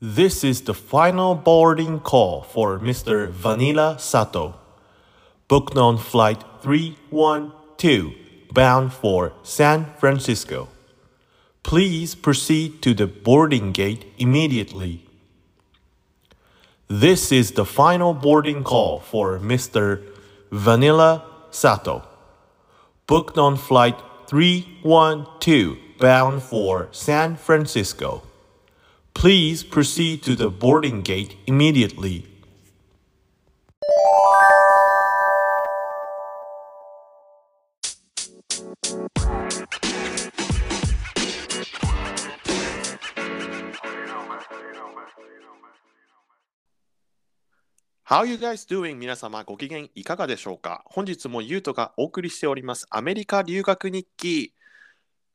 This is the final boarding call for Mr. Vanilla Sato. Booked on flight 312, bound for San Francisco. Please proceed to the boarding gate immediately. This is the final boarding call for Mr. Vanilla Sato. Booked on flight 312, bound for San Francisco. Please proceed to the boarding gate immediately. How you guys doing? 皆様ご機嫌いかがでしょうか本日もゆうとがお送りしておりますアメリカ留学日記。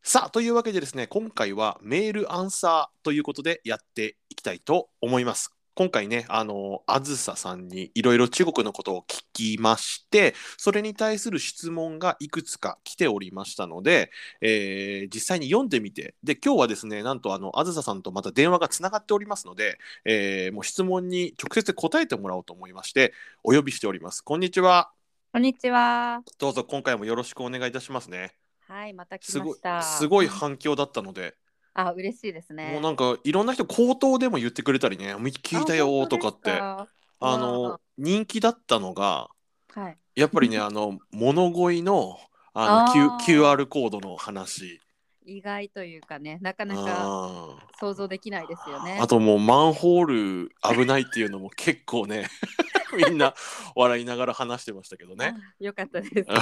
さあ、というわけでですね、今回はメールアンサーということでやっていきたいと思います。今回ね、あの、あずささんにいろいろ中国のことを聞きまして、それに対する質問がいくつか来ておりましたので、えー実際に読んでみて、で、今日はですね、なんとあの、あずささんとまた電話がつながっておりますので、えーもう質問に直接答えてもらおうと思いましてお呼びしておりますこんにちはこんにちは。どうぞ今回もよろしくお願いいたしますねはい、また来すまごいした。すごい反響だったので、あ、嬉しいですね。もうなんかいろんな人口頭でも言ってくれたりね聞いたよとかってああの人気だったのが本当ですかはい。やっぱりねあの物乞いのあのあー Q QR コードの話意外というかね、なかなかあー想像できないですよね。あともうマンホール危ないっていうのも結構ね みんな笑いながら話してましたけどね。あ。よかっ たです。よかっ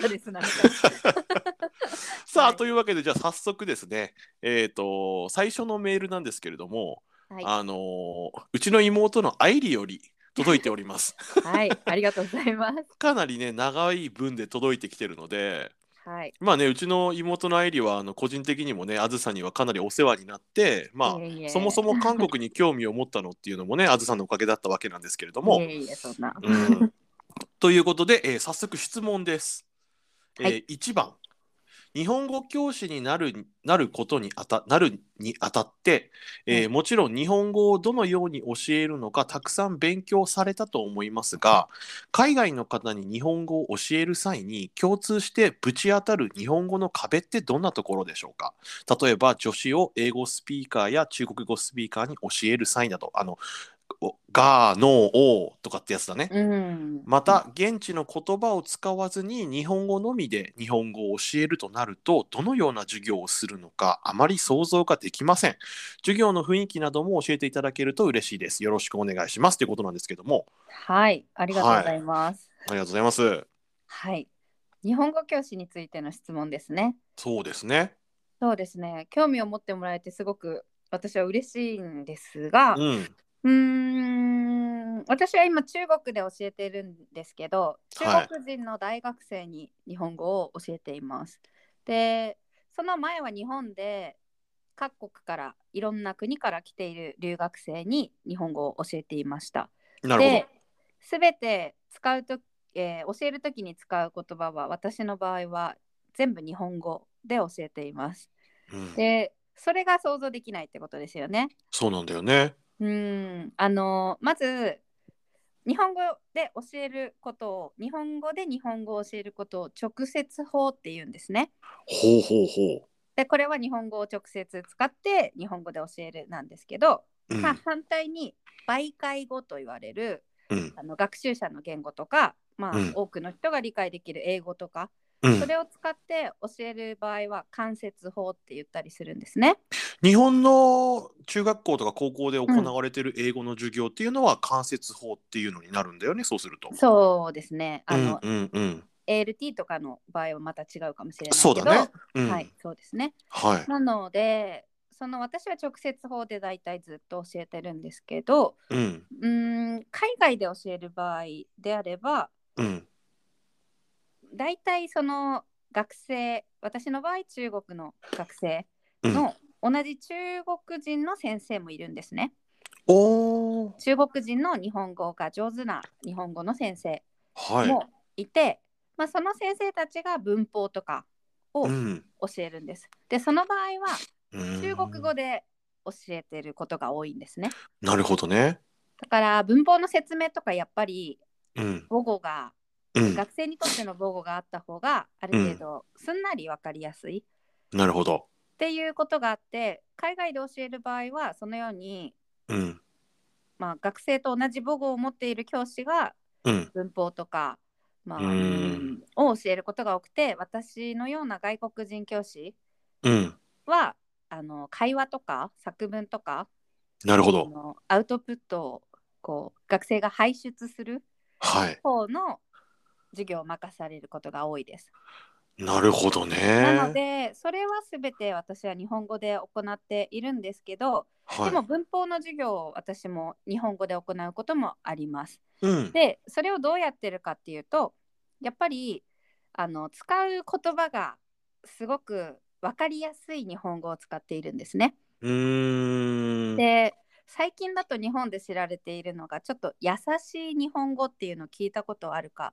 たです。なんかさはあいというわけでじゃあ早速ですねえっ、と最初のメールなんですけれども、はい、あのーうちの妹の愛理より届いております はい、ありがとうございます。かなりね長い分で届いてきてるのではい。まあねうちの妹の愛理はあの個人的にもねあずさにはかなりお世話になってまいえいえあそもそも韓国に興味を持ったのっていうのもねあずさのおかげだったわけなんですけれども、いえいえ、そんな。うんということで、えー早速質問です。えーは1番日本語教師になるなることにあたなるにあたって、えーうもちろん日本語をどのように教えるのかたくさん勉強されたと思いますが海外の方に日本語を教える際に共通してぶち当たる日本語の壁ってどんなところでしょうか例えば助詞を英語スピーカーや中国語スピーカーに教える際などあのおが、の、おとかってやつだね。うん。また現地の言葉を使わずに日本語のみで日本語を教えるとなるとどのような授業をするのかあまり想像ができません授業の雰囲気なども教えていただけると嬉しいですよろしくお願いしますということなんですけどもはい、ありがとうございます。ありがとうございますはい。日本語教師についての質問ですね。そうですねそうですね。興味を持ってもらえてすごく私は嬉しいんですが、うんうーん私は今中国で教えてるんですけどはい中国人の大学生に日本語を教えています。でその前は日本で各国からいろんな国から来ている留学生に日本語を教えていました。なるほで全て使うと、えー教える時に使う言葉は私の場合は全部日本語で教えています。ど、うん、でそれが想像できないってことですよね。そうなんだよねうん、あのまず日本語で教えることを日本語で日本語を教えることを直接法って言うんですね。ほうほうほでこれは日本語を直接使って日本語で教えるなんですけど、う、うんまあ、反対に媒介語と言われるうんあの学習者の言語とか、まあうん多くの人が理解できる英語とかうんそれを使って教える場合は間接法って言ったりするんですね。日本の中学校とか高校で行われてる英語の授業っていうのは間接法っていうのになるんだよねそうすると。そうですねあの、うんうんうん、 ALT とかの場合はまた違うかもしれないけどそうだね。うん、はい、そうですね。はい。なので、その私は直接法で大体ずっと教えてるんですけど、うん。うーん、海外で教える場合であれば、うん。大体その学生、私の場合中国の学生うんの同じ中国人の先生もいるんですね。おー。中国人の日本語が上手な日本語の先生はい。もいて、まあ、その先生たちが文法とかをうん。教えるんです。で、その場合は中国語で。で教えてることが多いんですね。なるほどね。だから文法の説明とかやっぱりうん。母語が、うん。学生にとっての母語があった方がある程度すんなり分かりやすいなるほど。っていうことがあって海外で教える場合はそのように、うん。まあ、学生と同じ母語を持っている教師がうん。文法とか、まあ、うんうんを教えることが多くて私のような外国人教師うん。はあの会話とか作文とかなるほあど。のアウトプットをこう学生が排出するはい。方の授業を任されることが多いです。なるほどなのね。でそれは全て私は日本語で行っているんですけど、でもは文法の授業を私も日本語で行うこともあります。い。うん。でそれをどうやってるかっていうとやっぱりあの使う言葉がすごく分かりやすい日本語を使っているんですね。うーん。で最近だと日本で知られているのがちょっと優しい日本語っていうのを聞いたことあるか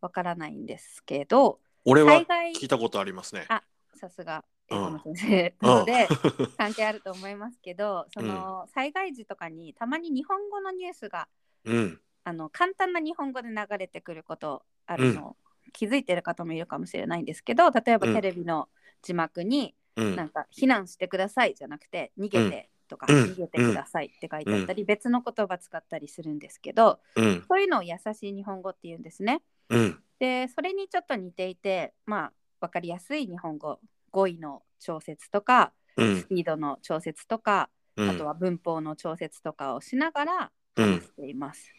わからないんですけど俺は海外聞いたことありますね。あさすが英うん語の先生なので 関係あると思いますけどその災害時とかにたまに日本語のニュースがうん。あの簡単な日本語で流れてくることあるの、気づいてる方もいるかもしれないんですけど例えばうんテレビの字幕に、うなんん。か「避難してください」じゃなくて「逃げて」とか、うん逃げてください」って書いてあったり、別の言葉使ったりするんですけどうん。そういうのを優しい日本語っていうんですね。うん。でそれにちょっと似ていてまあ分かりやすい日本語語彙の調節とかうスん。ピードの調節とか、うんあとは文法の調節とかをしながらうん話しています。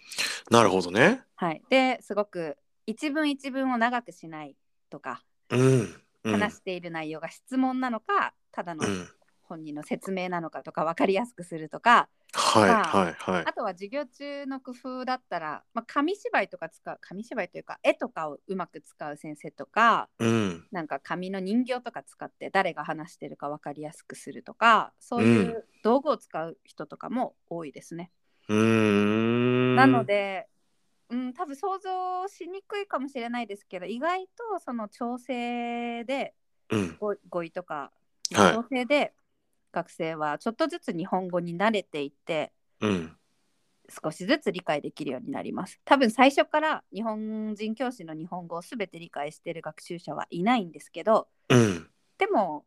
なるほどね。はい、ですごく一文一文を長くしないとかうん。うん。話している内容が質問なのか、ただのうん。本人の説明なのかとか分かりやすくするとか、はい。まあはい。はいあ。とは授業中の工夫だったら、まあ、紙芝居とか使う紙芝居というか絵とかをうまく使う先生とかうん。なんか紙の人形とか使って誰が話してるか分かりやすくするとかそういうう道具を使う人とかも多いですね。うーん。なの。で、うん、多分想像しにくいかもしれないですけど意外とその調整でうん。語語彙とかはい調整で学生はちょっとずつ日本語に慣れていってうん。少しずつ理解できるようになります多分最初から日本人教師の日本語を全て理解している学習者はいないんですけどうん。でも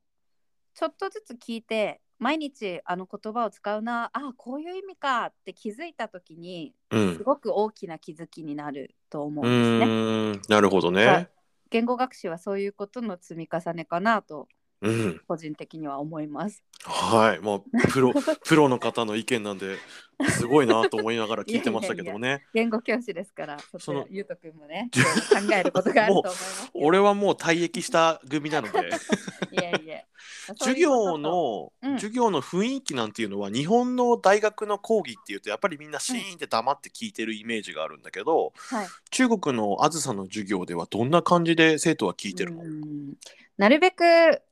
ちょっとずつ聞いて毎日あの言葉を使うなあこういう意味かって気づいた時にうんす。ごく大きな気づきになると思ううんですね。ーんなるほどはねい。言語学習はそういうことの積み重ねかなとうん、個人的には思 います。はい、もうプ ロプロの方の意見なんですごいなと思いながら聞いてましたけどもね。言語教師ですから、そそののゆうとくん もね、いろいろ考えることがあると思います。俺はもう退役した組なの で、いえいえ。そう授いうこと業の、うん授業の雰囲気なんていうのは日本の大学の講義っていうとやっぱりみんなシーンって黙って聞いてるイメージがあるんだけど、はい中国のあずさの授業ではどんな感じで生徒は聞いてるの？うんなるべく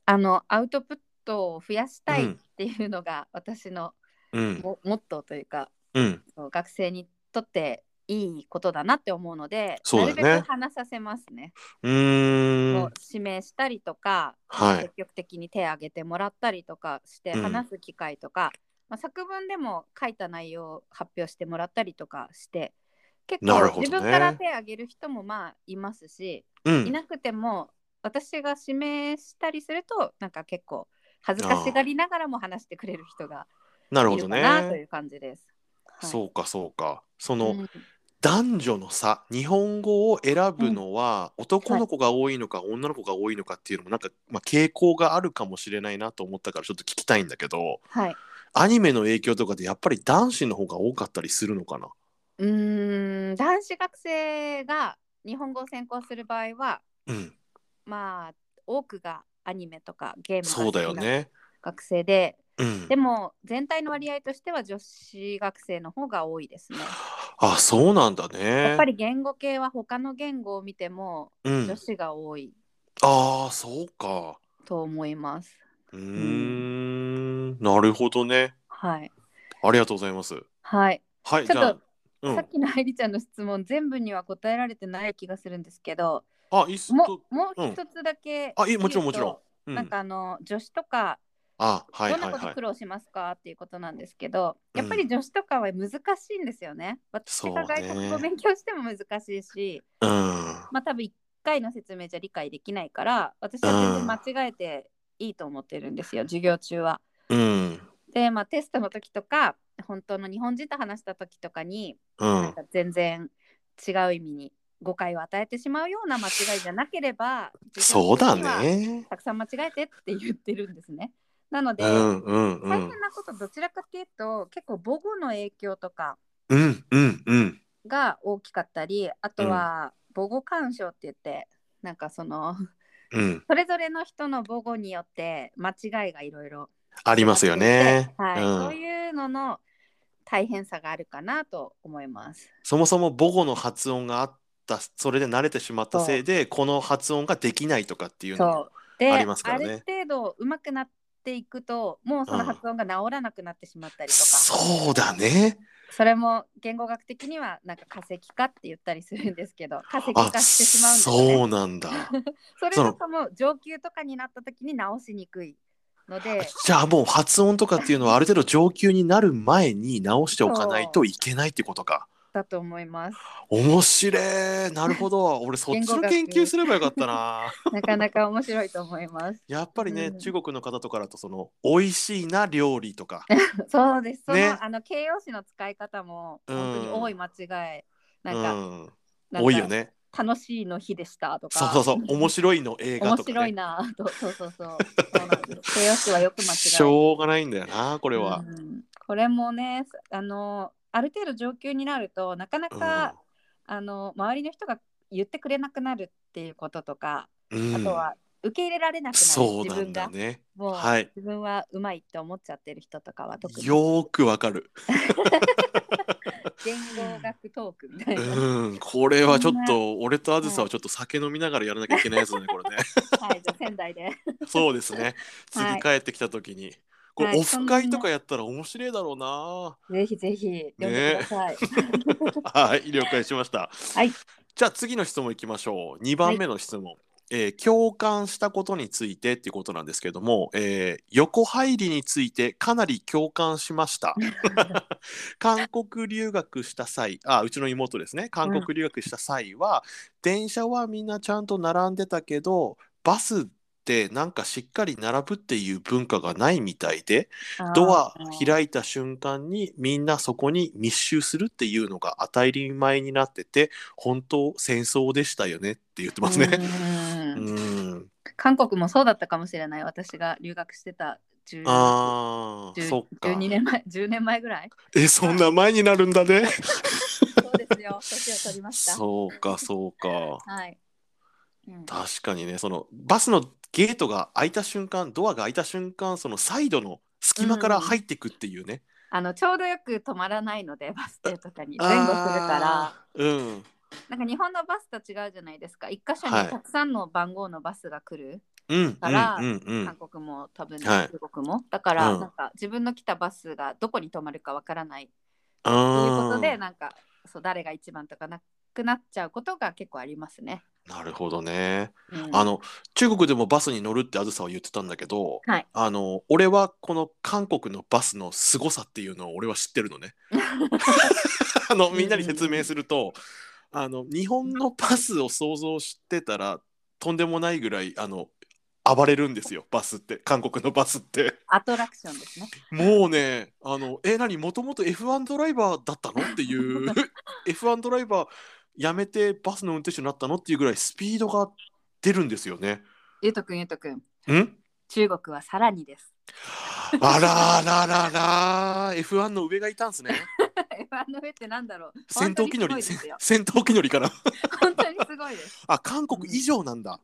あのアウトプットを増やしたいっていうのが私のうん、モ,、モットーというか、うん、そう学生にとっていいことだなって思うので、そうだよねなるべく話させますね。うーをん、指名したりとか、はい積極的に手を挙げてもらったりとかしてうん話す機会とか、まあ、作文でも書いた内容を発表してもらったりとかして結なる構ほどね自分から手を挙げる人もまあいますし、ういん、なくても私が指名したりするとなんか結構恥ずかしがりながらも話してくれる人がなるいほるどかなといね。う感じです。はいそうかそうか。そうの、ん男女の差日本語を選ぶのは男の子が多いのか女の子が多いのかっていうのもなんか、まあ、傾向があるかもしれないなと思ったからちょっと聞きたいんだけどはい、アニメの影響とかでやっぱり男子の方が多かったりするのかなうーん男子学生が日本語を専攻する場合はうんまあ多くがアニメとかゲーそうムだがよ好きなね学生で、うんでも全体の割合としては女子学生の方が多いですね。あそうなんだねやっぱり言語系は他の言語を見てもうん女子が多いああそうかと思います。うーんなるほどねはい、ありがとうございますはい、はいちじょっとゃあうさんっきの愛理ちゃんの質問全部には答えられてない気がするんですけどあいっそももう一つだけ、あいいもちろんもちろんうん言うとなんかあの女子とかあはいどはんいなこはとい苦。労しますかっていうことなんですけど、やっぱうり女子とかは難しいんですよね。私がそ外うね国語勉強しても難しいし、うん。まあ多分1回の説明じゃ理解できないから、私は全然間違えていいと思ってるんですよ、授業中は。うん。で、まあテストの時とか、本当の日本人と話した時とかに、うなんん。か全然違う意味に誤解を与えてしまうような間違いじゃなければ、そうだ授業中にはね。たくさん間違えてって言ってるんですね。なので、うんうんう大ん変。なことどちらかっていうと結構母語の影響とかうんうんうん。が大きかったりあとは母語干渉って言って、なんかそのうん。それぞれの人の母語によって間違いがいろいろありますよね。はいそううん。いうのの大変さがあるかなと思います。そもそも母語の発音があった、それで慣れてしまったせいで、この発音ができないとかっていうのもそうであありますからねる程度上手くなっていくともうその発音が治らなくなってしまったりとか、そうだね。それも言語学的にはなんか化石化って言ったりするんですけど化石あ、化してしまうんですよね。そうなんだ。それそのとかも上級とかになった時に直しにくいのでじゃあもう発音とかっていうのはある程度上級になる前に直しておかないといけないってことか。だと思います。面白い。なるほ ど。俺そっちの研究すればよかったな。なかなか面白いと思い ます。やっぱりね、うん中国の方とかだとその美味しいな料理とか。そうです。その、ねあの形容詞の使い方もうん本当に多い間違い。なんか、うん、なんか多いよね。楽しいの日でしたとか。そうそうそう。面白いの映画面とか、ね。白いな と。そうそうそう。そうなんです形容詞はよく間違い。し ょうがないんだよな、ここれは。これもね、あのある程度上級になるとなかなか、あの周りの人が言ってくれなくなるっていうこととか。うん、あとは受け入れられなくなるそう自なん分だが、ね。もう、はい自分はうまいって思っちゃってる人とかは特に言よーくわかる。語学トークみたいな、はうん、これはちょっと、俺とあずさはちょっと酒飲みながらやらなきゃいけないやつだね、これね。 い、じゃあ仙台でそうですね。はい次帰ってきた時に。こはれいオフ会とかやったら面白いだろうな。ぜひぜひ読んでください、はい、了解しました。はいじゃあ次の質問いきましょう。2番目の質問。えー共感したことについてっていうことなんですけども、えー横入りについてかなり共感しました。韓国留学した際あうちの妹ですね韓国留学した際は、電車はみんなちゃんと並んでたけどバスってなんかしっかり並ぶっていう文化がないみたいでドア開いた瞬間にみんなそこに密集するっていうのが当たり前になってて本当戦争でしたよねって言ってます うね。ーうんん韓国もそうだったかもしれない私が留学してた10あー10そっか12年前10年前 ぐらいえそんな前になるんだね。そうですよ年を取りましたそうかそうか。はい、うん確かにねそのバスのゲートが開いた瞬間ドアが開いた瞬間そのサイドの隙間から入ってくっていうね、あのちょうどよく止まらないのでバス停とかにあ前後するからーうんなんか日本のバスと違うじゃないですか。一箇所はいにたくさんの番号のバスが来る。うんからうんうんうん韓国も多分、はい中国も。だから、うんなんか自分の来たバスがどこに止まるかわからないというこあとで、ーなんかそう誰が一番とかなくなっちゃうことが結構ありますね。なるほどね、うんあの中国でもバスに乗るってあずさは言ってたんだけど、はいあの俺はこの韓国のバスの凄さっていうのを俺は知ってるの ねあのみんなに説明すると、あの日本のバスを想像してたらとんでもないぐらいあの暴れるんですよバスって韓国のバスってアトラクションですね。もうねあのえ何もともと F1 ドライバーだったのっていう F1 ドライバーやめてバスの運転手になったのっていうぐらいスピードが出るんですよね。ゆうとくん、ゆうとくん、ん中国はさらにです。 あらあらあらあら F1 の上がいたんす ね。 F1 の上ってなんだろう。戦闘機乗本り当にすごいですよ戦闘機乗りから本当にすごい です。あ韓国以上なんだ。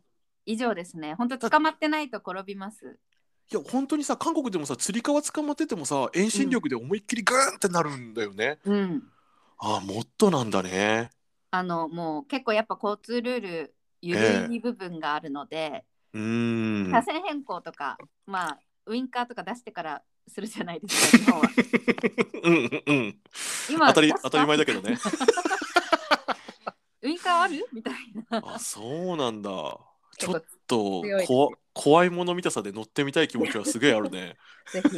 以上ですね。本当捕まってないと転びます。いや本当にさ韓国でもさつり革捕まっててもさ遠心力で思いっきりグーンってなるんだよね。うん。あもっとなんだね。あのもう結構やっぱ交通ルール緩い部分があるので、うーん。車線変更とかまあウインカーとか出してからするじゃないで すか日本はうんうんうん。今当たり出し当たたり前だけど ねウインカーあるみたいなあそうなんだ。ち結ょ構っと強いですこわ怖いもの見たさで乗ってみたい気持ちはすげえある ね。ぜひ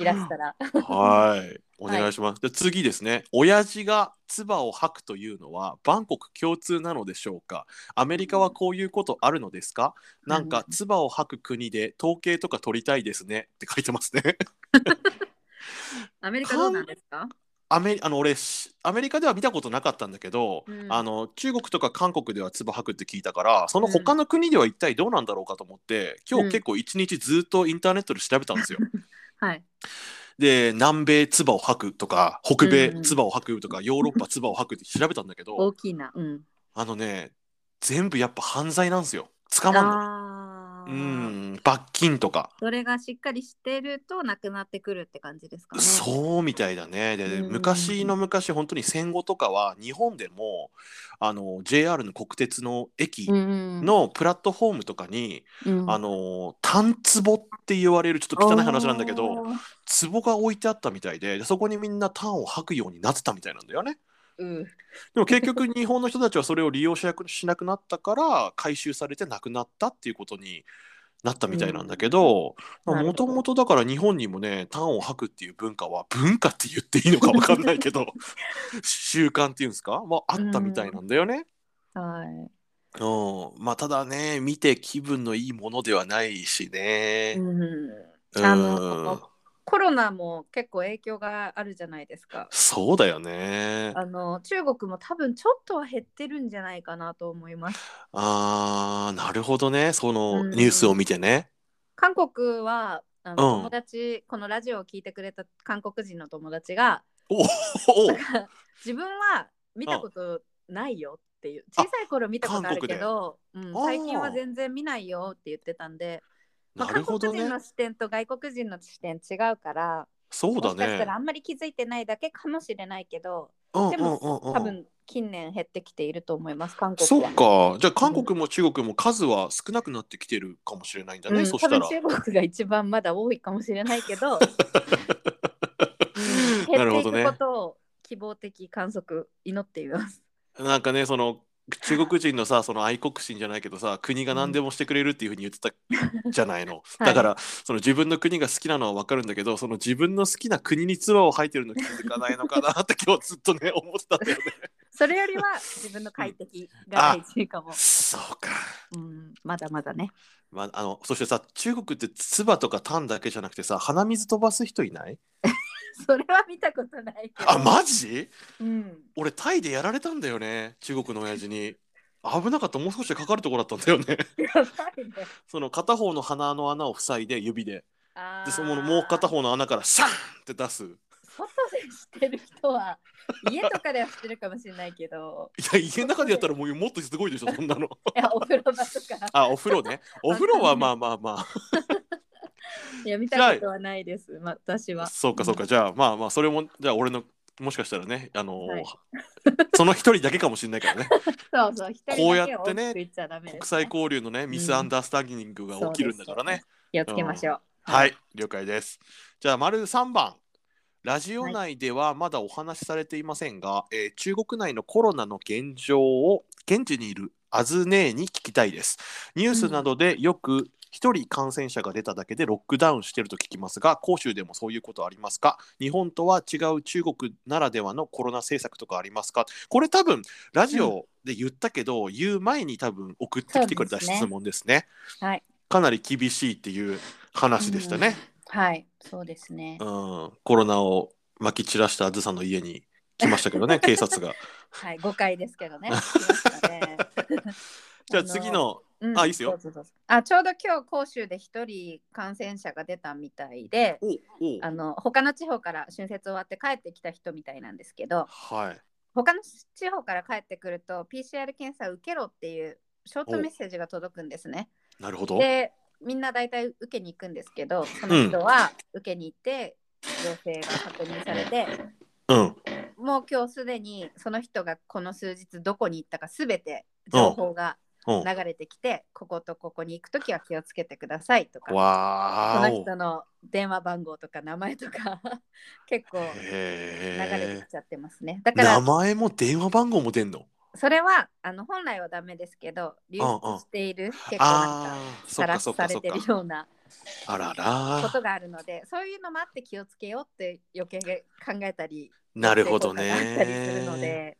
いらした ら。はい。お願いします。じゃあ次ですね。親父が唾を吐くというのは、バンコク共通なのでしょうかアメリカはこういうことあるのですかなんか、唾を吐く国で統計とか取りたいですね。って書いてますね。アメリカどうなんですかアメあの俺しアメリカでは見たことなかったんだけど、うんあの中国とか韓国では唾吐くって聞いたからその他の国では一体どうなんだろうかと思って今日結構一日ずっとインターネットで調べたん ですよ。はい。で南米唾を吐くとか北米うん唾を吐くとか、ヨーロッパ唾を吐くって調べたんだ けど大きいな。うん。あのね全部やっぱ犯罪なんですよ捕まんの。あうあ。ん罰金とか、それがしっかりしてるとなくなってくるって感じですかね。そうみたいだねで、うん昔の昔本当に戦後とかは日本でもあの JR の国鉄の駅、うん。のプラットフォームとかに、うん、あのータンツボって言われるちょっと汚い話なんだけおどー。壺が置いてあったみたいででそこにみんなタンを吐くようになってたみたいなんだよねうん。でも結 局日本の人たちはそれを利用しなくしなくなったから回収されてなくなったっていうことになったみたいなんだけどうんなるもほとどもとだから日本にもねタンを吐くっていう文化は文化って言っていいのか分かんないけど 習慣っていうんですか、まあ、あったみたいなんだよね。はうん、まあただね見て気分のいいものではないしい。ね。ううん。ん、あのコロナも結構影響があるじゃないですか。そうだよね。あの中国も多分ちょっとは減ってるんじゃないかなと思います。ああなるほどねそのうんニュースを見てね。韓国はあの、うん友達このラジオを聞いてくれた韓国人の友達がお自分は見たことないよっていう小さい頃見たことあるけど、うん、あー最近は全然見ないよって言ってたんで、まなある韓ほ国ど人ねの。視点と外国人の視点違うからそうだもしかしたねら。あんまり気づいてないだけかもしれないけどうんうんでうんも多うん。分近年減ってきていると思います韓国は。そっかじゃあ韓国も中国も数は少なくなってきてるかもしれないんだね、うん、そ多したら。分中国が一番まだ多いかもしれないけ ど、うんな減るほっていどくねこ。とを希望的観測祈っています。なんかねその中国人のさその愛国心じゃないけどさ国が何でもしてくれるっていうふうに言ってたじゃないの、はいだからその自分の国が好きなのは分かるんだけどその自分の好きな国に唾を吐いてるの気づかないのかなって今日ずっとね思ってたんだよね。それよりは自分の快適が大事かも。 そうか、うん、まだまだね。まあ、あのそしてさ中国って唾とか痰だけじゃなくてさ鼻水飛ばす人いないそれは見たことないけど。あマジうん。俺タイでやられたんだよね中国の親父に。危なかったもう少しでかかるところだったんだよね やばいね。その片方の鼻の穴を塞いで指であーでそのもう片。方の穴からシャンって出すい外でしてる人は家とかではしてるかもしれない けど、や家の中でやったらもうもっとすごいでしょそんな のいやお風呂場とかあお風呂ねお風呂はまあまあまいや見たことはないです。まあ、私あは。そうかそうかじゃあまあまあそれもじゃあ俺のもしかしたらねあのーはいその一人だけかもしれないから ねそうそう。一人だけこうやってね大きく言っちゃダメです国際交流のねミスアンダースタンディングが起きるんだからね、気をつけましょう。はい了解ですじゃあ丸3番ラジオ内ではまだお話しされていませんが、えー中国内のコロナの現状を現地にいるアズネーに聞きたいですニュースなどでよく一人感染者が出ただけでロックダウンしてると聞きますが広州でもそういうことありますか日本とは違う中国ならではのコロナ政策とかありますかこれ多分ラジオで言ったけど、言う前に多分送ってきてくれた質問ですねはいかなり厳しいっていう話でしたね、はい、そうですねう。ん、コロナをまき散らしたあずさんの家に来ましたけど ね警察がはい、誤解ですけ どね。来ましたねじゃあ次、ののあいいっすよ。どうぞどうぞあ、ちょうど今日広州で一人感染者が出たみたいで、おおあの他の地方から春節終わって帰ってきた人みたいなんですけど、はい他の地方から帰ってくると PCR 検査を受けろっていうショートメッセージが届くんですね。なるほどで、みんな大体受けに行くんですけど、その人は受けに行って陽性が確認されて。うんもう今日すでにその人がこの数日どこに行ったかすべて情報がうん流れてきて、こことここに行くときは気をつけてくださいとか、こわのーお人の電話番号とか名前とか 結構流れへてきちゃってますね。だかー名ら前も電話番号も出んのそれはあの本来はダメですけど流うんうん出している、結構なんかああー、そさっらかしそっさかれそってるか。ようなあらこら、とがあるのでそういうのもあって気をつけようって余計考えたりなるほどね成功感があったりするの。で、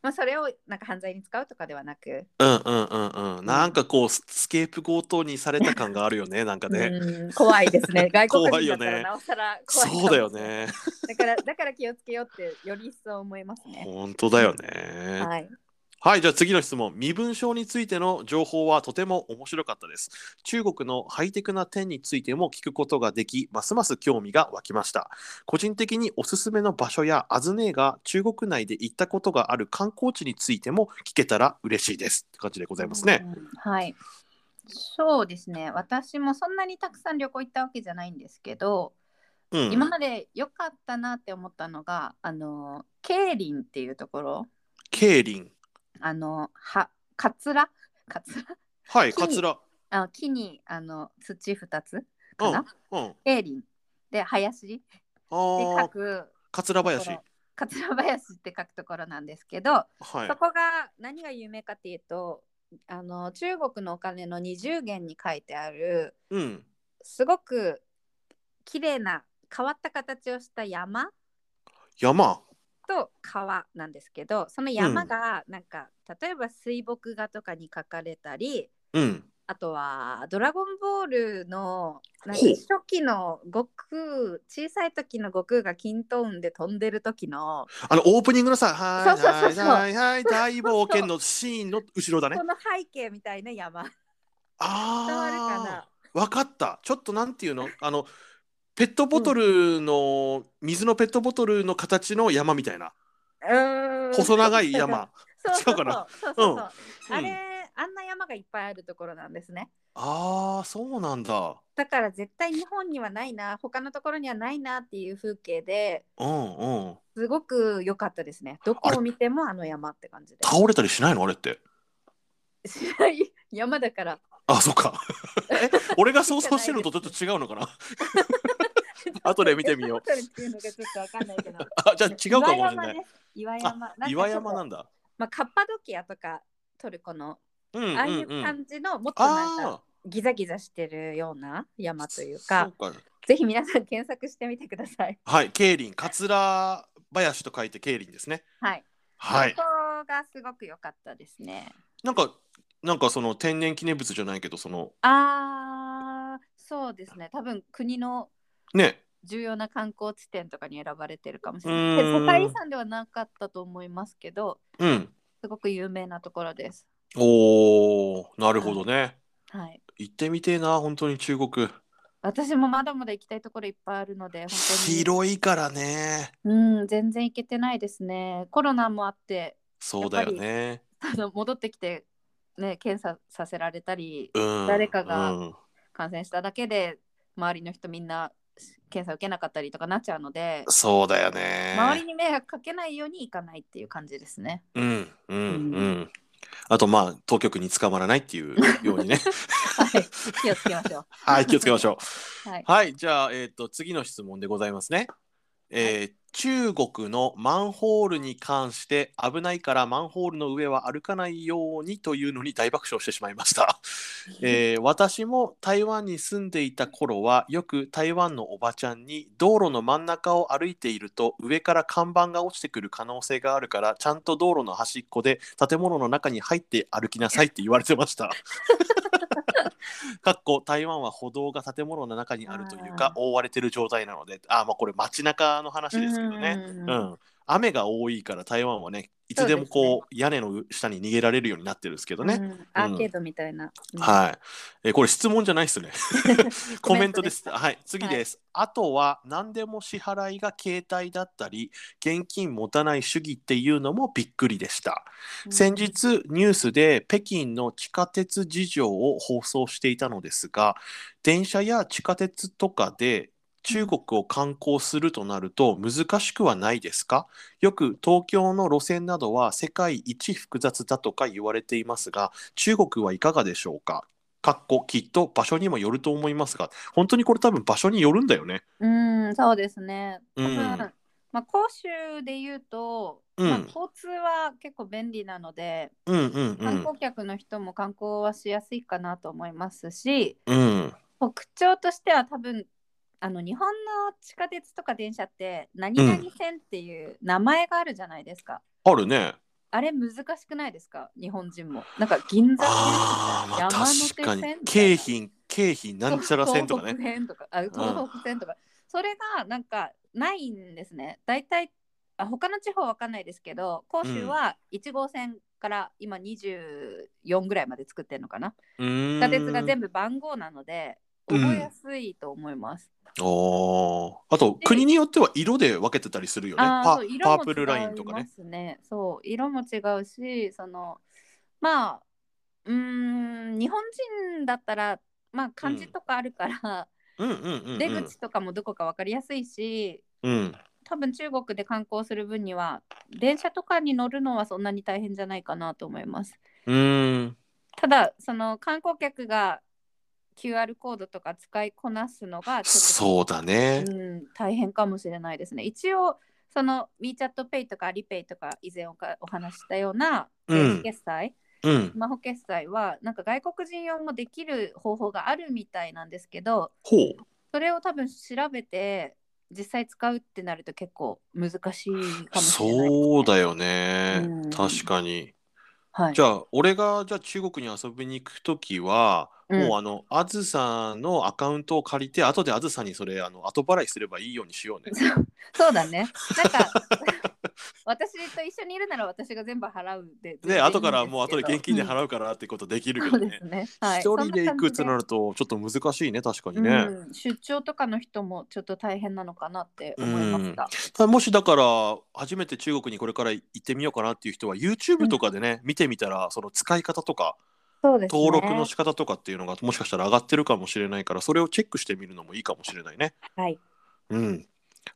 まあ、それをなんか犯罪に使うとかではなく、うんうんうんうん。なんかこう、ススケープ強盗にされた感があるよね、なんかね。うん怖いで すね外国怖いよ人だったねらなおさら怖いかもそうだよね。だからだから気をつけようってより一層思いますね本当だよね。はいはい、じゃあ次の質問。身分証についての情報はとても面白かったです。中国のハイテクな点についても聞くことができ、ますます興味が湧きました。個人的におすすめの場所や、アズネーが中国内で行ったことがある観光地についても聞けたら嬉しいです。って感じでございますね。うんはいそうですね私もそんなにたくさん旅行行ったわけじゃないんですけど、うん。今まで良かったなって思ったのがあの桂林っていうところケイリン。あのはカツラカツラはい、木にカツラ。あ木にあの土2つうかん。う。なんあ桂林で林で書あ、くカツラ林。ところ桂林って書くところなんですけどはいそ。こが何が有名かっていうとあの中国のお金の20元に書いてあるうん。すごく綺麗な変わった形をした山山。と川なんですけどそのう山んがなんか、例えば水墨画とかに描かれたりうん。あとは「ドラゴンボール」のなんかほう初期の悟空小さい時の悟空がキントーンで飛んでる時のあの、オープニングのさ、はそうい、そうそはうい、そうはい、はい、大冒険のシーンの後ろだねこ。の背景みたいな山伝わるかあなあ、わかった。ちょっとなんていう の、あの。ペットボトルの、水のペットボトルの形の山みたいな、うーん細長い山。そうそ違うそううかなそうそううんそうあれあんな山がいっぱいあるところなんですねああ、そうなんだ。だから絶対日本にはないな他のところにはないなっていう風景でうんうん。すごく良かったですねどこを見てもあの山って感じで倒れたりしないの、あれって。しない 山だからあ、そっか。え、俺が想像してるのとちょっと違うのかな。 後で見てみ ようペットボトルっていうのがちょっとわかんないけどあ、じゃあ、違うかもしれない。岩山です岩山岩山なだんだ。まあカッパドキアとかトルコのうんうんうん。ああいう感じのもっとなんあかギザギザしてるようなあ山というかそうか。ぜひ皆さん検索してみてくださいはい、ケイリン、桂林と書いてケイリンですね。はいはいそ。こがすごく良かったですねなんか、なんかその天然記念物じゃないけど、その、あーそうですね多分国のね、重要な観光地点とかに選ばれてるかもしれうないーん世界遺産ではなかったと思いますけどうん。すごく有名なところですおー、なるほどね。はい行ってみてえな、本当に中国。私もまだまだ行きたいところいっぱいあるので本当に広いからね。うん全然行けてないですねコロナもあって そうだよね。あの戻ってきてね検査させられたりうん。誰かがうん感染しただけで周りの人みんな検査受けなかったりとかなっちゃうのでそうだよね。周りに迷惑かけないように行かないっていう感じです ね。うん、うん、うん。うあと、まあ、当局に捕まらないっていうように ね。はい、気をつけましょう。はい、気をつけましょう。はい、はい、じゃあ、えっ、と、次の質問でございますね。えー中国のマンホールに関して危ないからマンホールの上は歩かないようにというのに大爆笑してしまいました、えー私も台湾に住んでいた頃はよく台湾のおばちゃんに道路の真ん中を歩いていると上から看板が落ちてくる可能性があるからちゃんと道路の端っこで建物の中に入って歩きなさいって言われてましたかっこ台湾は歩道が建物の中にあるというか覆われてる状態なのであーまあこれ街中の話ですけどねううんん雨が多いから台湾はねいつでもこう屋根の下に逃げられるようになってるんですけどね、うんアーケードみたいな。い。はい、えーこれ質問じゃないですねコメントですはい次です、あとは何でも支払いが携帯だったり現金持たない主義っていうのもびっくりでしたうん先日ニュースで北京の地下鉄事情を放送していたのですが電車や地下鉄とかで中国を観光するとなると難しくはないですかよく東京の路線などは世界一複雑だとか言われていますが中国はいかがでしょうかかっこきっと場所にもよると思いますが本当にこれ多分場所によるんだよね。うん、そうですね。うん多分まあ、講習で言うと、うんまあ、交通は結構便利なので、うんうんう観ん光客の人も観光はしやすいかなと思いますし、うん特徴としては多分あの日本の地下鉄とか電車って何々線っていう名前があるじゃないですか。あるねあれ難しくないですか日本人も。なんか銀座あー、まあ、山手確線かみたにいな京浜京浜なんちゃら線とか東ね北線とかあ東北線とか、それがなんかないんですね大体あ他の地方は分かんないですけど甲州は1号線から今24ぐらいまで作ってるのかなうーん地下鉄が全部番号なのでうん覚えやすいと思います、おーあと国によっては色で分けてたりするよねあパそう色パもープルラインとか違いねますねそう色も違うしそのまあうーん日本人だったらまあ漢字とかあるから、うんうんうん、うん、出口とかもどこか分かりやすいしうん多分中国で観光する分には電車とかに乗るのはそんなに大変じゃないかなと思いますうーんただその観光客が QR コードとか使いこなすのがちょっそうだねと、うん、大変かもしれないですね一応その WeChatPay とか Alipay とか以前おかお話ししたようなうん電子決済、うんスマホ決済はなんか外国人用もできる方法があるみたいなんですけどほうそれを多分調べて実際使うってなると結構難しいかもしれないですね、そうだよね、うん確かにはいじゃあ俺がじゃあ中国に遊びに行く時は、うんもうあのあずさんのアカウントを借りて後であずさんにそれあの後払いすればいいようにしようねそうだね。なんか 私と一緒にいるなら私が全部払うで。ね後からもう後で現金でう。払うからってことできるけそうどねですね。はい。一人で行くってなるるとちょっと難しいね確かにね、うん、出張とかの人もちょっと大変なのかなって思いますが、ただもしだから初めて中国にこれから行ってみようかなっていう人は YouTube とかでね、見てみたらその使い方とかそうですね登録の仕方とかっていうのがもしかしたら上がってるかもしれないからそれをチェックしてみるのもいいかもしれないね。はいうん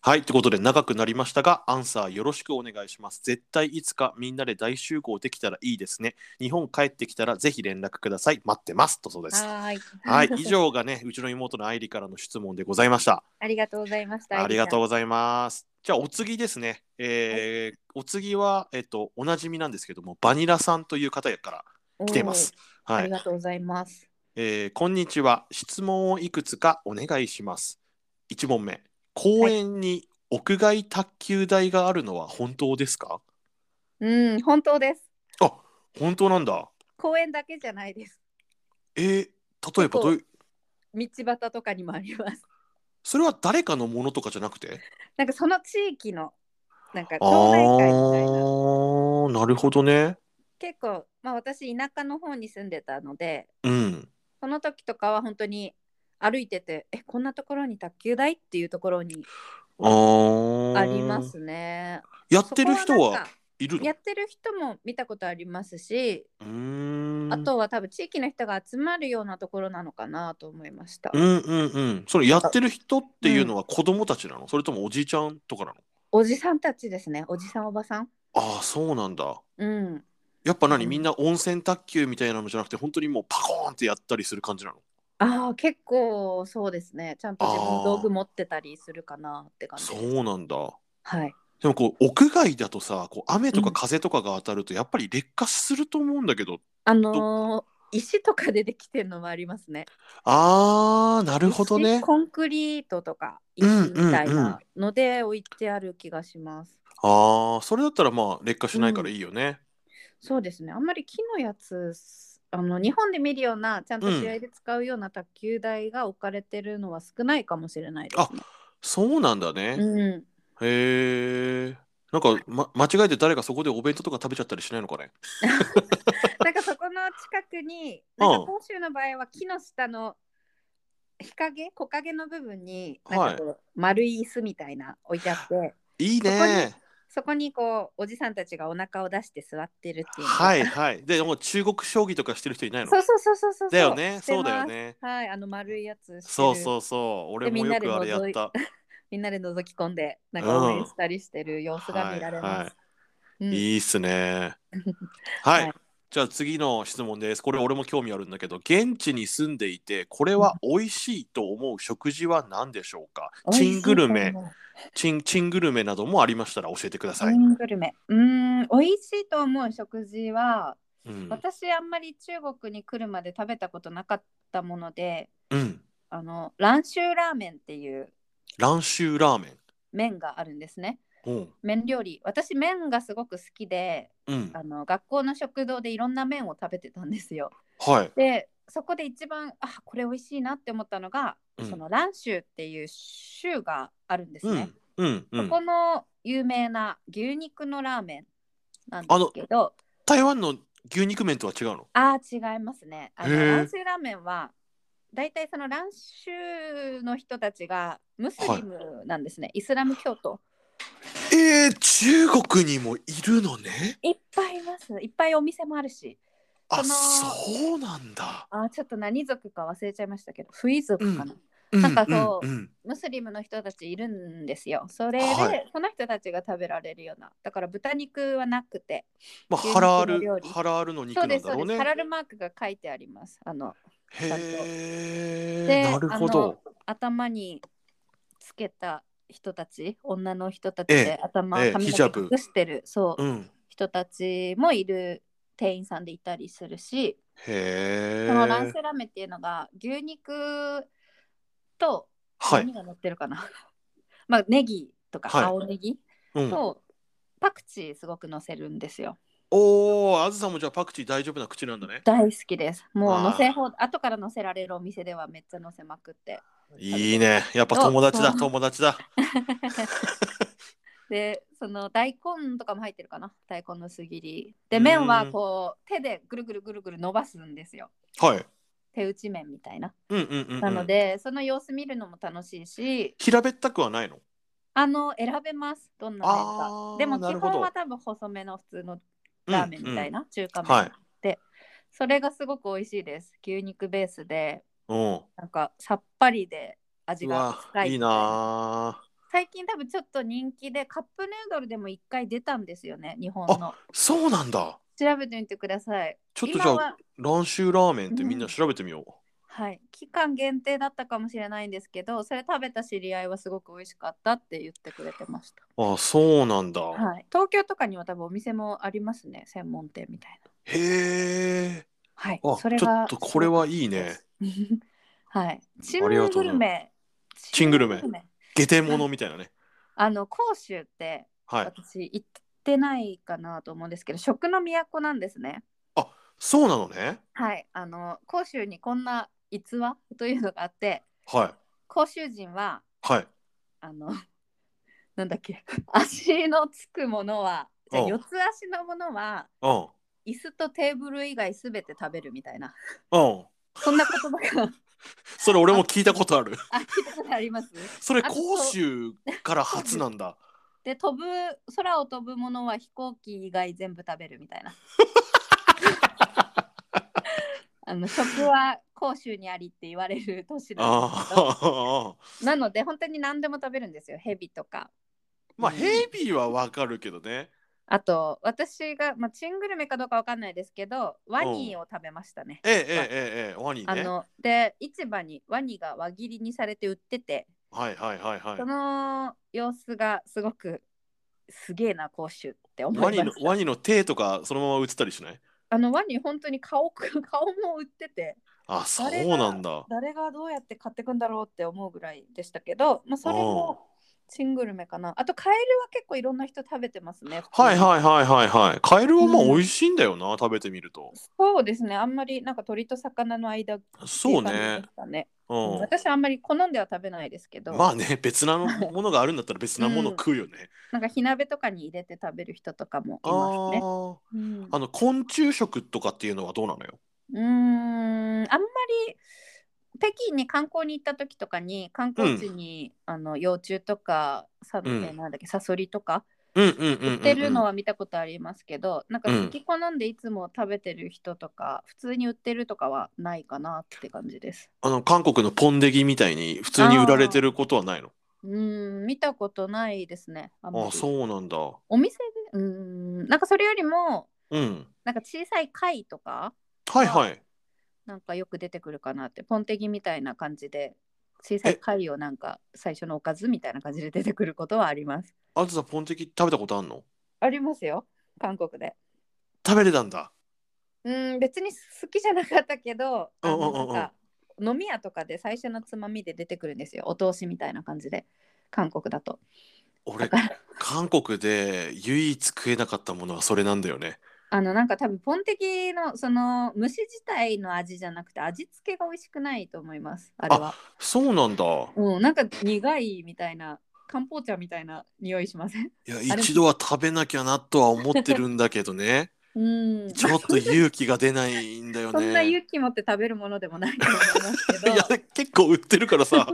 はい。ってことで長くなりましたが、アンサーよろしくお願いします。絶対いつかみんなで大集合できたらいいですね。日本帰ってきたらぜひ連絡ください。待ってます。とそうです。はーいはい。以上がね、うちの妹の愛理からの質問でございました。ありがとうございましたありがとううございます。じゃあお次ですね。えーお次は、えっと、おなじみなんですけども、バニラさんという方から来ています。。おーはありい、がとうございます。えーこんにちは。質問をいくつかお願いします。1問目、公園に屋外卓球台があるのは本当ですか、うん本当です。本当なんだ。公園だけじゃないです。えー例えばどういう、道端とかにもあります。それは誰かのものとかじゃなくて なんかその地域のなんかああ町内会みたいな。ー、なるほどね。結構、まあ、私田舎の方に住んでたのでうん。その時とかは本当に歩いててえこんなところに卓球台っていうところにあーありま。すね。やってるそ人こなはんかいるのやってる人も見たことありますし、うーんあとは多分地域の人が集まるようなところなのかなと思いました。うんうんうんそれやってる人っていうのは子供たちなの、それともおじいちゃんとかなのおじさんたちですねおじさんおばさん。ああそうなんだうん、やっぱ何、うんみんな温泉卓球みたいなのじゃなくて本当にもうパコーンってやったりする感じなのああ結構そうですねちゃんと自分の道具持ってたりするかなって感じそです。うなんだはい、でもこう屋外だとさこう雨とか風とかが当たるとやっぱり劣化すると思うんだけど、あのー石とかでできてるのもありますね。あーなるほど石ねコンクリートとか石みたいなので置いてある気がします。ああそれだったらまあ劣化しないからいいよね、そうですね。あんまり木のやつ、あの日本で見るようなちゃんと試合で使うような卓球台が置かれてるのは少ないかもしれないです、ね。そうなんだね、うん。へえなんか、ま、間違えて誰かそこでお弁当とか食べちゃったりしないのかね なんかそこの近くに、なんうんか甲州の場合は木の下の日陰、木陰の部分になんかこう丸い椅子みたいな置いてあって、いいそこねにそこにこうおじさんたちがお腹を出して座ってるっていうのが。はいはいでもう中国将棋とかしてる人いないのそうそうそうそうそう。だよねしそてまうすだよ。ねはい、あの丸いやつしてる。そうそうそう俺でもみんなよでくあれやっ覗いたみんなで覗き込んで、なんか応援したりしてる様子が見られます。うん いいっすねはい、はいじゃあ次の質問です。これ俺も興味あるんだけど、現地に住んでいて、これは美味しいと思う食事は何でしょうかチングルメ、チン、チングルメなどもありましたら教えてくだチさい。ングルメうーん美味しいと思う食事はうん。私あんまり中国に来るまで食べたことなかったものでうん。あの蘭州ラーメンっていう蘭州ラーメン。麺があるんですねうん。麺料理私麺がすごく好きでうん。あの学校の食堂でいろんな麺を食べてたんですよはい。でそこで一番あこれ美味しいなって思ったのが、うんその蘭州っていう州があるんですうねん。、うん。うそん。この有名な牛肉のラーメンなんですけど台湾の牛肉麺とは違うのあー違いますねあのへー蘭州ラーメンはだいたいその蘭州の人たちがムスリムなんですね、イスラム教徒えー、中国にもいるのねいっぱいいますいっぱいお店もあるしあそのそうなんだ。あーちょっと何族か忘れちゃいましたけどフイ族かな、なんかそううんうんムスリムの人たちいるんですよ。それで、はいその人たちが食べられるような。だから豚肉はなくて。まあ、牛肉ハラーの料ル理ハラールの肉そなうんです、だそうろでうす、ねハ。ラルマークが書いてあります。あのへでえなるほど。頭につけた人たち、女の人たちでえ頭、ええ髪ヒジャのブ毛隠してる、そう、うん、人たちもいる店員さんでいたりするし、へそのランえセラメっていうのが牛肉とはい何。が乗ってるかな、 まあネギとかはい青ネギ、うん、とパクチーすごく乗せるんですよ。おおあずさんもじゃあパクチー大丈夫な口なんだね。大好きです。もあうー乗せ方後から乗せられるお店ではめっちゃ乗せまくって。いいねやっぱ友達だそう友達だ。でその大根とかも入ってるかな大根の薄切り。で麺はこう手でぐるぐるぐるぐる伸ばすんですよ。はい。手打ち麺みたいな。うんうんうん、うん。なのでその様子見るのも楽しいし平べったくはないのあの選べますどんな麺か。あーでもな基るほど本は多分細めの普通のラーメンみたいな、中華はい麺で、それがすごく美味しいです。牛肉ベースでうん。うんなんかさっぱりで味うがわ深いいいみたいななー最近多分ちょっと人気でカップヌードルでも一回出たんですよね日本のそうなんだ調べてみてくださいちょっとじゃ今あは蘭州ラーメンってみんな調べてみよう。はい期間限定だったかもしれないんですけどそれ食べた知り合いはすごく美味しかったって言ってくれてました、あそうなんだ。はい、東京とかには多分お店もありますね専門店みたいなへえ。はいあそれちょがっとこれはいいね。はいチありがンとうグルメチングルメ下手者みたいなね。あの甲州ってはい。私行ってないかなと思うんですけど食の都なんですねそうなのね。はいあの甲州にこんな逸話というのがあっては。甲州人はいはい。あの なんだっけ足のつくものはじゃあうん四つ足のものはうん。椅子とテーブル以外すべて食べるみたいなうん。そんな言葉がそれ俺も聞いたことある。あ聞いた ことありますそれあと甲州から初なんだ。で飛ぶ空を飛ぶものは飛行機以外全部食べるみ たいなあの食は甲州にありって言われる都市なんですけどああ。なので本当に何でも食べるんですよヘビとかまあヘビーはわかるけどね。あと私が、まあ、チングルメかどうかわかんないですけどワニを食べましたねええええええワニあね。ので市場にワニが輪切りにされて売っててはいはいはいそはの様子がすごくすげえな甲州って思い。ワいニまのしたワニの手とかそのまま映ったりしないあのワニ本当に顔 顔も売っててあそうなんだ。誰がどうやって買ってくんだろうって思うぐらいでしたけど、まあ、それもチングルメかなあとカエルは結構いろんな人食べてますねはいいはいはいはいはい。カエルはまあ美味しいんだよな、食べてみると。そうですねあんまりなんか鳥と魚の間っていそう感じでねし。たねうんう私はあんまり好んでは食べないですけど、ん。まあね、 別なものがあるんだったら別なものを食うよね。なんか火鍋とかに入れて食べる人とかもいあますね。ーうん、あの昆虫食とかっていうのはどうなのよ。うーんあんまり北京に観光に行った時とかに観光地に、あの幼虫とかサ,、うんなんだっけサソリとかうんうんうん、うん。売ってるのは見たことありますけど、なんかうん好き好んでいつも食べてる人とか、普通に売ってるとかはないかなって感じです。あの韓国のポンデギみたいに普通に売られてることはないの。うーん見たことないですね。あんまありあそうなんだ。お店でうーんなんかそれよりもうん。なんか小さい貝とかはいはい。なんかよく出てくるかなってポンテギみたいな感じで小さい貝をなんか最初のおかずみたいな感じで出てくることはあります。あずさポンテキ食べたことあんのありますよ韓国で。食べれたんだ。うん別に好きじゃなかったけどあのうんうんうんうんなんか飲み屋とかで最初のつまみで出てくるんですよお通しみたいな感じで韓国だと。俺だから韓国で唯一食えなかったものはそれなんだよね。あのなんか多分ポンテキのその蒸し自体の味じゃなくて味付けが美味しくないと思いますあれは。そうなんだ。うんなんか苦いみたいな漢方茶みたいな匂いしませんいやれ一度は食べなきゃなとは思ってるんだけど ね。うんちょっと勇気が出ないんだよね。そんな勇気持って食べるものでもないと思いますけ どいや結構売ってる からさ。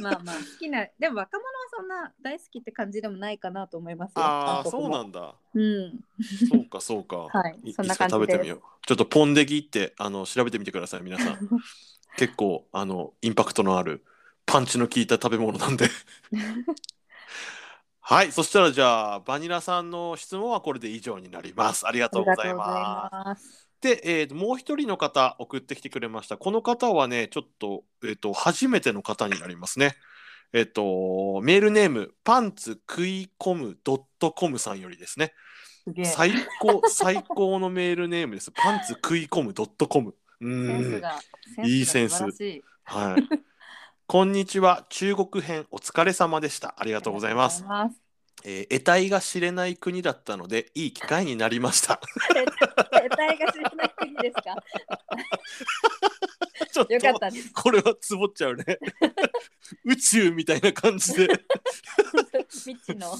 まあまあ好きなでも若者はそんな大好きって感じでもないかなと思いますよああそ韓国うもなんだ。うんそうかそうか。はいいそんな感じでいつか食べてみよう。ちょっとポンデギってあの調べてみてください皆さ ん。結構あのインパクトのあるパンチの効いた食べ物 なんで。はい、そしたらじゃあバニラさんの質問はこれで以上になります。ありがあとうりがごとざういございます。ます。で、えーともう一人の方送ってきてくれました。この方はね、ちょっと、えっ、と、初めての方になりますね。えっ、と、メールネーム、パンツ食い込む .com さんよりですね。すげえ。セ最高、最高のメールネームです。パンツ食い込む .com。うンスん。が、いいセンスが素晴らしいはい。こんにちは。中国編お疲れ様でした。ありあがとうございますり。がとうえー得体が知れない国だったので、いい機会になりま した。ございます。絶対が知らない国ですか。ちょっよかっと、たです。これはつぼっちゃうね。 宇宙みたいな感じで。 未知の。は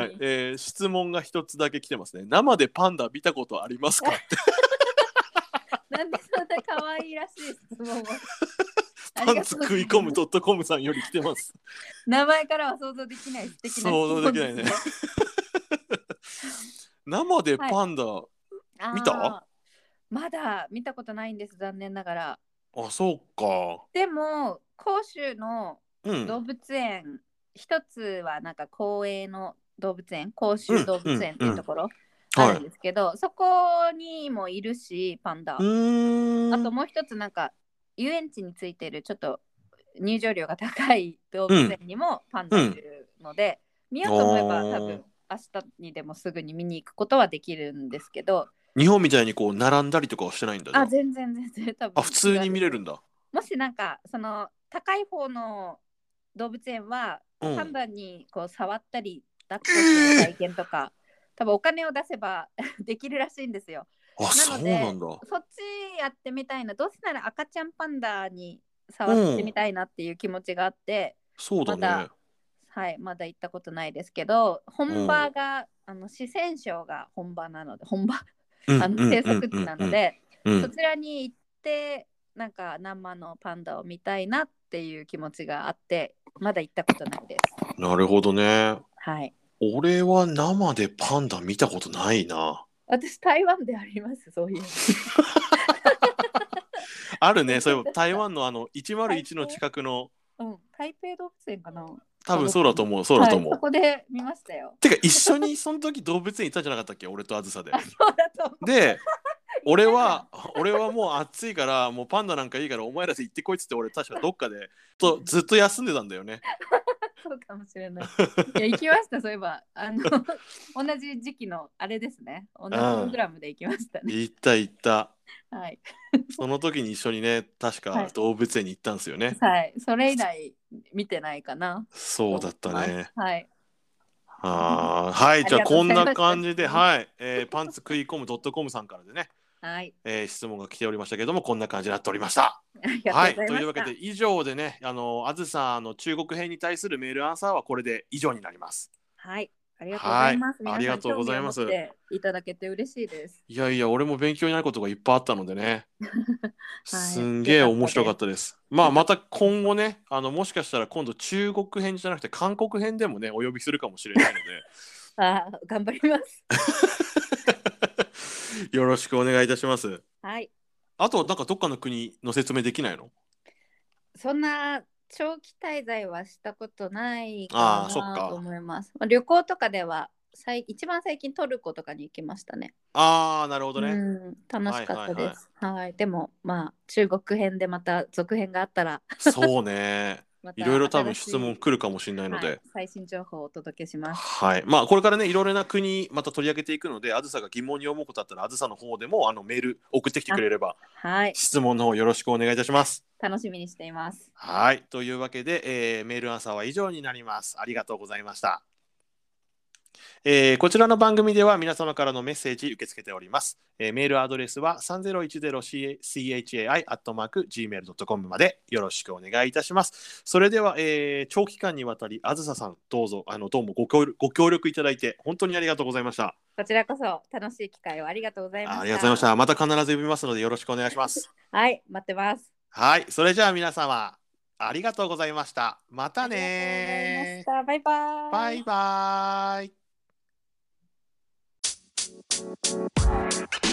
はいい、えー質問が一つだけ来てますね。生でパンダ見たことありますか？なんでそんな可愛いらしい質問を。あ パりンがツとうご食ざいい込まむすドットコムさんより来てます。名前からは想像できない素敵な質問す想像できないね。生でパンダ、あー見た？まだ見たことないんです残念ながら。あ、そうか。でも甲州のうん。動物園一つはなんか公営の動物園甲州動物園っていうところうんうんあるんですけど、そこにもいるしパンダ、うーあん。ともう一つなんか遊園地についてるちょっと入場料が高い動物園にもパンダいるので、見ようと思えばおー多分明日にでもすぐに見に行くことはできるんですけど日本みたいにこう並んだりとかはしてないんだあね。全然全然多分あ、普通に見れるんだ。もしなんかその高い方の動物園はうんパンダにこう触ったり抱っこする体験とか、多分お金を出せば できるらしいんですよ。あ、そうなんだ。そっちやってみたいなどうせなら赤ちゃんパンダに触ってみたいなっていう気持ちがあって、そうだね。まはいまだ行ったことないですけど本場が、あの四川省が本場なので本場うんあのうん生息地なので、うんうんうんそちらに行ってなんか生のパンダを見たいなっていう気持ちがあってまだ行ったことないです。なるほどね。はい。俺は生でパンダ見たことないな。私台湾でありますそういう。あるね。そういえば台湾のあの101の近くのうん。台北動物園かな。多分そうだと思う。そうだと思う。はい、そこで見ました よ。てか一緒にその時動物園行ったんじゃなかったっけ俺とあずさで。そうだ と思う。で俺は俺はもう暑いからもうパンダなんかいいからお前らで行ってこいっつって俺確かどっかでとずっと休んでたんだよね。そうかもしれない。いや行きましたそういえばあの同じ時期のあれですね。同じプログラムで行きましたね。行った行った。はい。その時に一緒にね確はかい動物園に行ったんですよね。はい。それ以来見てないかな。そうだったね。。はい。あーはいじゃあありがとこうんございまなす感じではい、えーパンツ食い込む .com さんからでね、はい。えー質問が来ておりましたけどもこんな感じになっておりました。ありがとうござはいい、まとす。いうわけで以上でねあのあずさんの中国編に対するメールアンサーはこれで以上になります。はい。ありがとうございます。はい皆さんありがとうございます興味を持っていただけて嬉しいです。いやいや俺も勉強になることがいっぱいあったので ね、すんげえよかったです面白かったです。まあまた今後ねあのもしかしたら今度中国編じゃなくて韓国編でもねお呼びするかもしれないので。あー、頑張ります。 よろしくお願いいたします。はい。あとなんかどっかの国の説明できないの？そんな長期滞在はしたことないあーかそっなかと思います。まあ、旅行とかでは最一番最近トルコとかに行きましたね。ああ、なるほどね。うん、楽しかったです。はいでもまあ中国編でまた続編があったら、 そうね。またいろいろ多分新しい質問来るかもしれないのはでい。最新情報をお届けします。はい、まあこれからねいろいろな国また取り上げていくのであずさが疑問に思うことあったらあずさの方でもあのメール送ってきてくれればはい、質問の方よろしくお願いいたします。楽しみにしています。はいというわけで、えーメールアンサーは以上になります。ありがとうございました。えーこちらの番組では皆様からのメッセージ受け付けております。えーメールアドレスは 3010chai.gmail.com までよろしくお願いいたします。それでは、えー長期間にわたり、あずささん、どうぞ、あのどうもご協力ご協力いただいて、本当にありがとうございました。こちらこそ楽しい機会をありがとうございました。ありがとうございました。また必ず呼びますので、よろしくお願いします。はい、待ってます。はい、それじゃあ皆様、ありがとうございました。またありねがとうございました。バイババイ。イバイ。